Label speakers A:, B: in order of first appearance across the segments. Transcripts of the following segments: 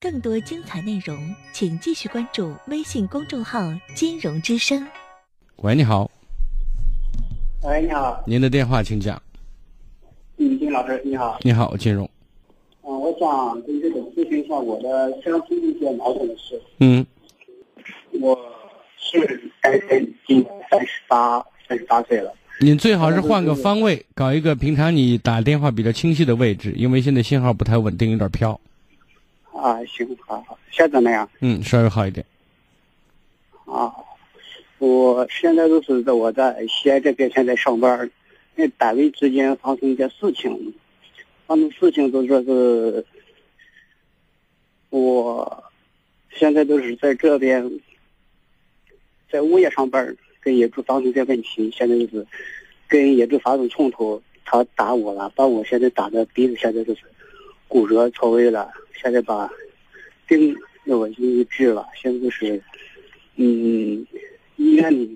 A: 更多精彩内容，请继续关注微信公众号“金融之声
B: 喂，你好，
C: 喂，你好，
B: 您的电话请讲。
C: 嗯，金老师，你好。
B: 你好，金融。
C: 嗯、我想跟这个咨询一下我的相亲一些矛盾的事。
B: 嗯，
C: 我是单身，今年三十八，三十八岁了。
B: 您最好是换个方位，搞一个平常你打电话比较清晰的位置，因为现在信号不太稳定，有点飘。
C: 啊，行，好好，现在怎么样？
B: 嗯，稍微好一点。
C: 啊，我现在就是在我在西安这边现在上班，那单位之间发生一些事情，发生事情都说是，我现在都是在这边，在物业上班，跟业主发生一些问题，现在就是跟业主发生冲突，他打我了，把我现在打的鼻子现在就是骨折错位了，现在把病那我抑治了，现在就是。嗯，医院里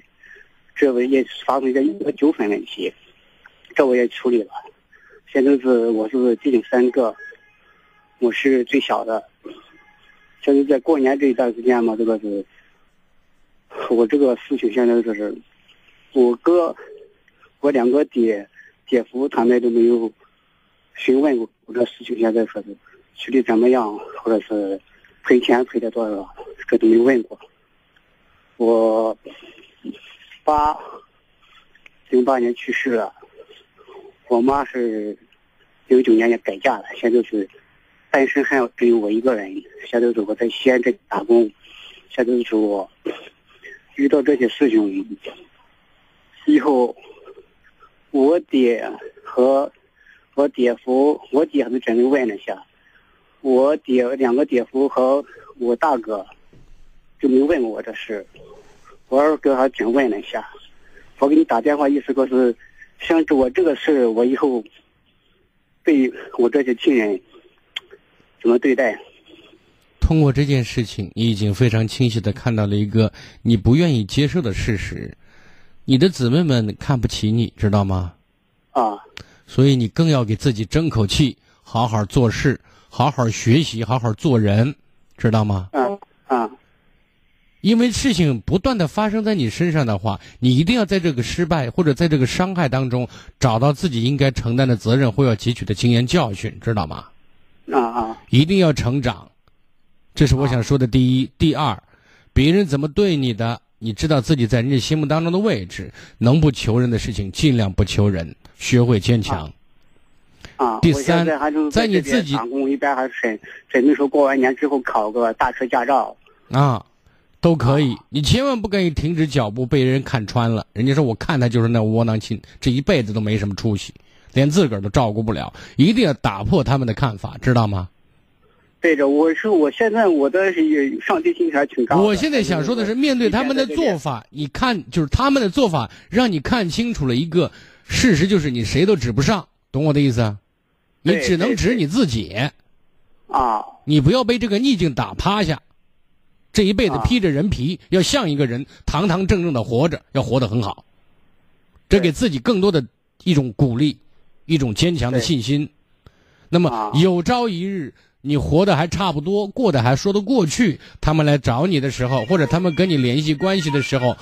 C: 这个也发生一个一个纠纷问题，这我也处理了。现在是我是弟弟三个，我是最小的。现在在过年这一段时间嘛，这个是我这个事情现在就是我哥，我两个姐姐夫他们都没有询问过我这事情，现在说是处理怎么样，或者是赔钱赔了多少，这都没问过。我爸零八年去世了，我妈是零九年也改嫁了，现在是单身汉，只有我一个人。现在是我在西安这打工，现在是我遇到这些事情以后，我爹和我爹夫，我爹还是真的问了一下，我爹两个爹夫和我大哥。就没问我这事。我二哥还挺问了一下，我给你打电话意思说是，像我这个事，我以后对我这些亲人怎么对待？
B: 通过这件事情，你已经非常清晰的看到了一个你不愿意接受的事实，你的姊妹们看不起你，知道吗？
C: 啊，
B: 所以你更要给自己争口气，好好做事，好好学习，好好做人，知道吗？
C: 嗯、啊，
B: 因为事情不断的发生在你身上的话，你一定要在这个失败或者在这个伤害当中，找到自己应该承担的责任或要汲取的经验教训，知道吗？
C: 啊啊
B: 一定要成长，这是我想说的第一。第二，别人怎么对你的，你知道自己在人家心目当中的位置，能不求人的事情尽量不求人，学会坚强。
C: 啊！
B: 第
C: 我现
B: 三
C: 在还是
B: 在你
C: 这边
B: 自己
C: 打工，一边还审审定说过完年之后考个大车驾照。
B: 啊，都可以。你千万不可以停止脚步，被人看穿了。人家说我看他就是那窝囊亲，这一辈子都没什么出息，连自个儿都照顾不了。一定要打破他们的看法，知道吗？
C: 对着，我是我现在我的是上进心还挺高的。嗯
B: 我现在想说的是，面对他们的做法，你看，就是他们的做法，让你看清楚了一个事实，就是你谁都指不上，懂我的意思啊？你
C: 对
B: 只能
C: 对
B: 指
C: 对
B: 你自己。
C: 啊
B: 你不要被这个逆境打趴下，这一辈子
C: 啊
B: 披着人皮，要像一个人，堂堂正正的活着，要活得很好。这
C: 对
B: 给自己更多的一种鼓励，一种坚强的
C: 对
B: 信心。那么
C: 啊
B: 有朝一日你活得还差不多，过得还说得过去，他们来找你的时候，或者他们跟你联系关系的时候，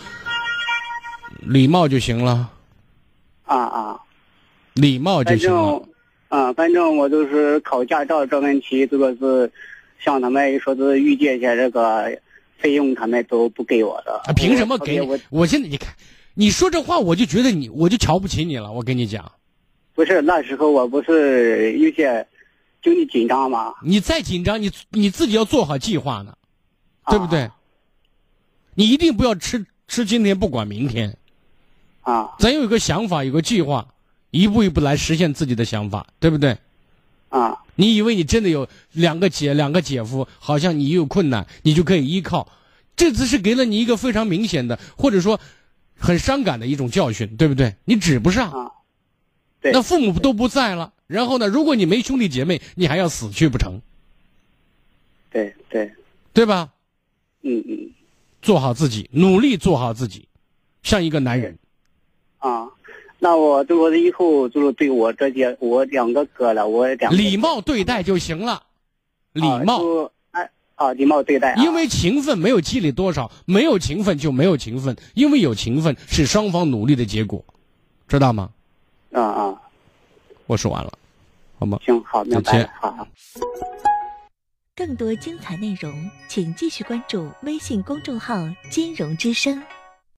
B: 礼貌就行了，
C: 啊啊！
B: 礼貌就
C: 反
B: 行了
C: 正。，啊，反正我就是考驾照这问题，这个是向他们说是预借一下这个费用，他们都不给我的
B: 啊，。凭什么给
C: 我特别
B: 你
C: 哎我？
B: 我现在你看，你说这话我就觉得你，我就瞧不起你了。我跟你讲，
C: 不是那时候我不是有些经济紧张嘛，
B: 你再紧张，你你自己要做好计划呢，
C: 啊
B: 对不对？你一定不要吃吃今天不管明天，
C: 啊
B: 咱有一个想法，有个计划，一步一步来实现自己的想法，对不对？
C: 啊
B: 你以为你真的有两个姐、两个姐夫，好像你有困难，你就可以依靠。这次是给了你一个非常明显的，或者说很伤感的一种教训，对不对？你指不上，
C: 啊！对
B: 那父母都不在了。然后呢，如果你没兄弟姐妹，你还要死去不成，
C: 对对，
B: 对吧？
C: 嗯嗯
B: 做好自己，努力做好自己，像一个男人。
C: 啊。那我对我以后就是对我这些我两个哥了，我两个啊
B: 礼貌对待就行了。礼貌，
C: 就哎啊，礼貌对待、啊。
B: 因为情分没有积累多少，没有情分就没有情分，因为有情分是双方努力的结果，知道吗？
C: 啊啊，
B: 我说完了，好吗？
C: 行，好，明白
B: 再
C: 了
B: 见，
C: 好。
A: 更多精彩内容，请继续关注微信公众号“金融之声”。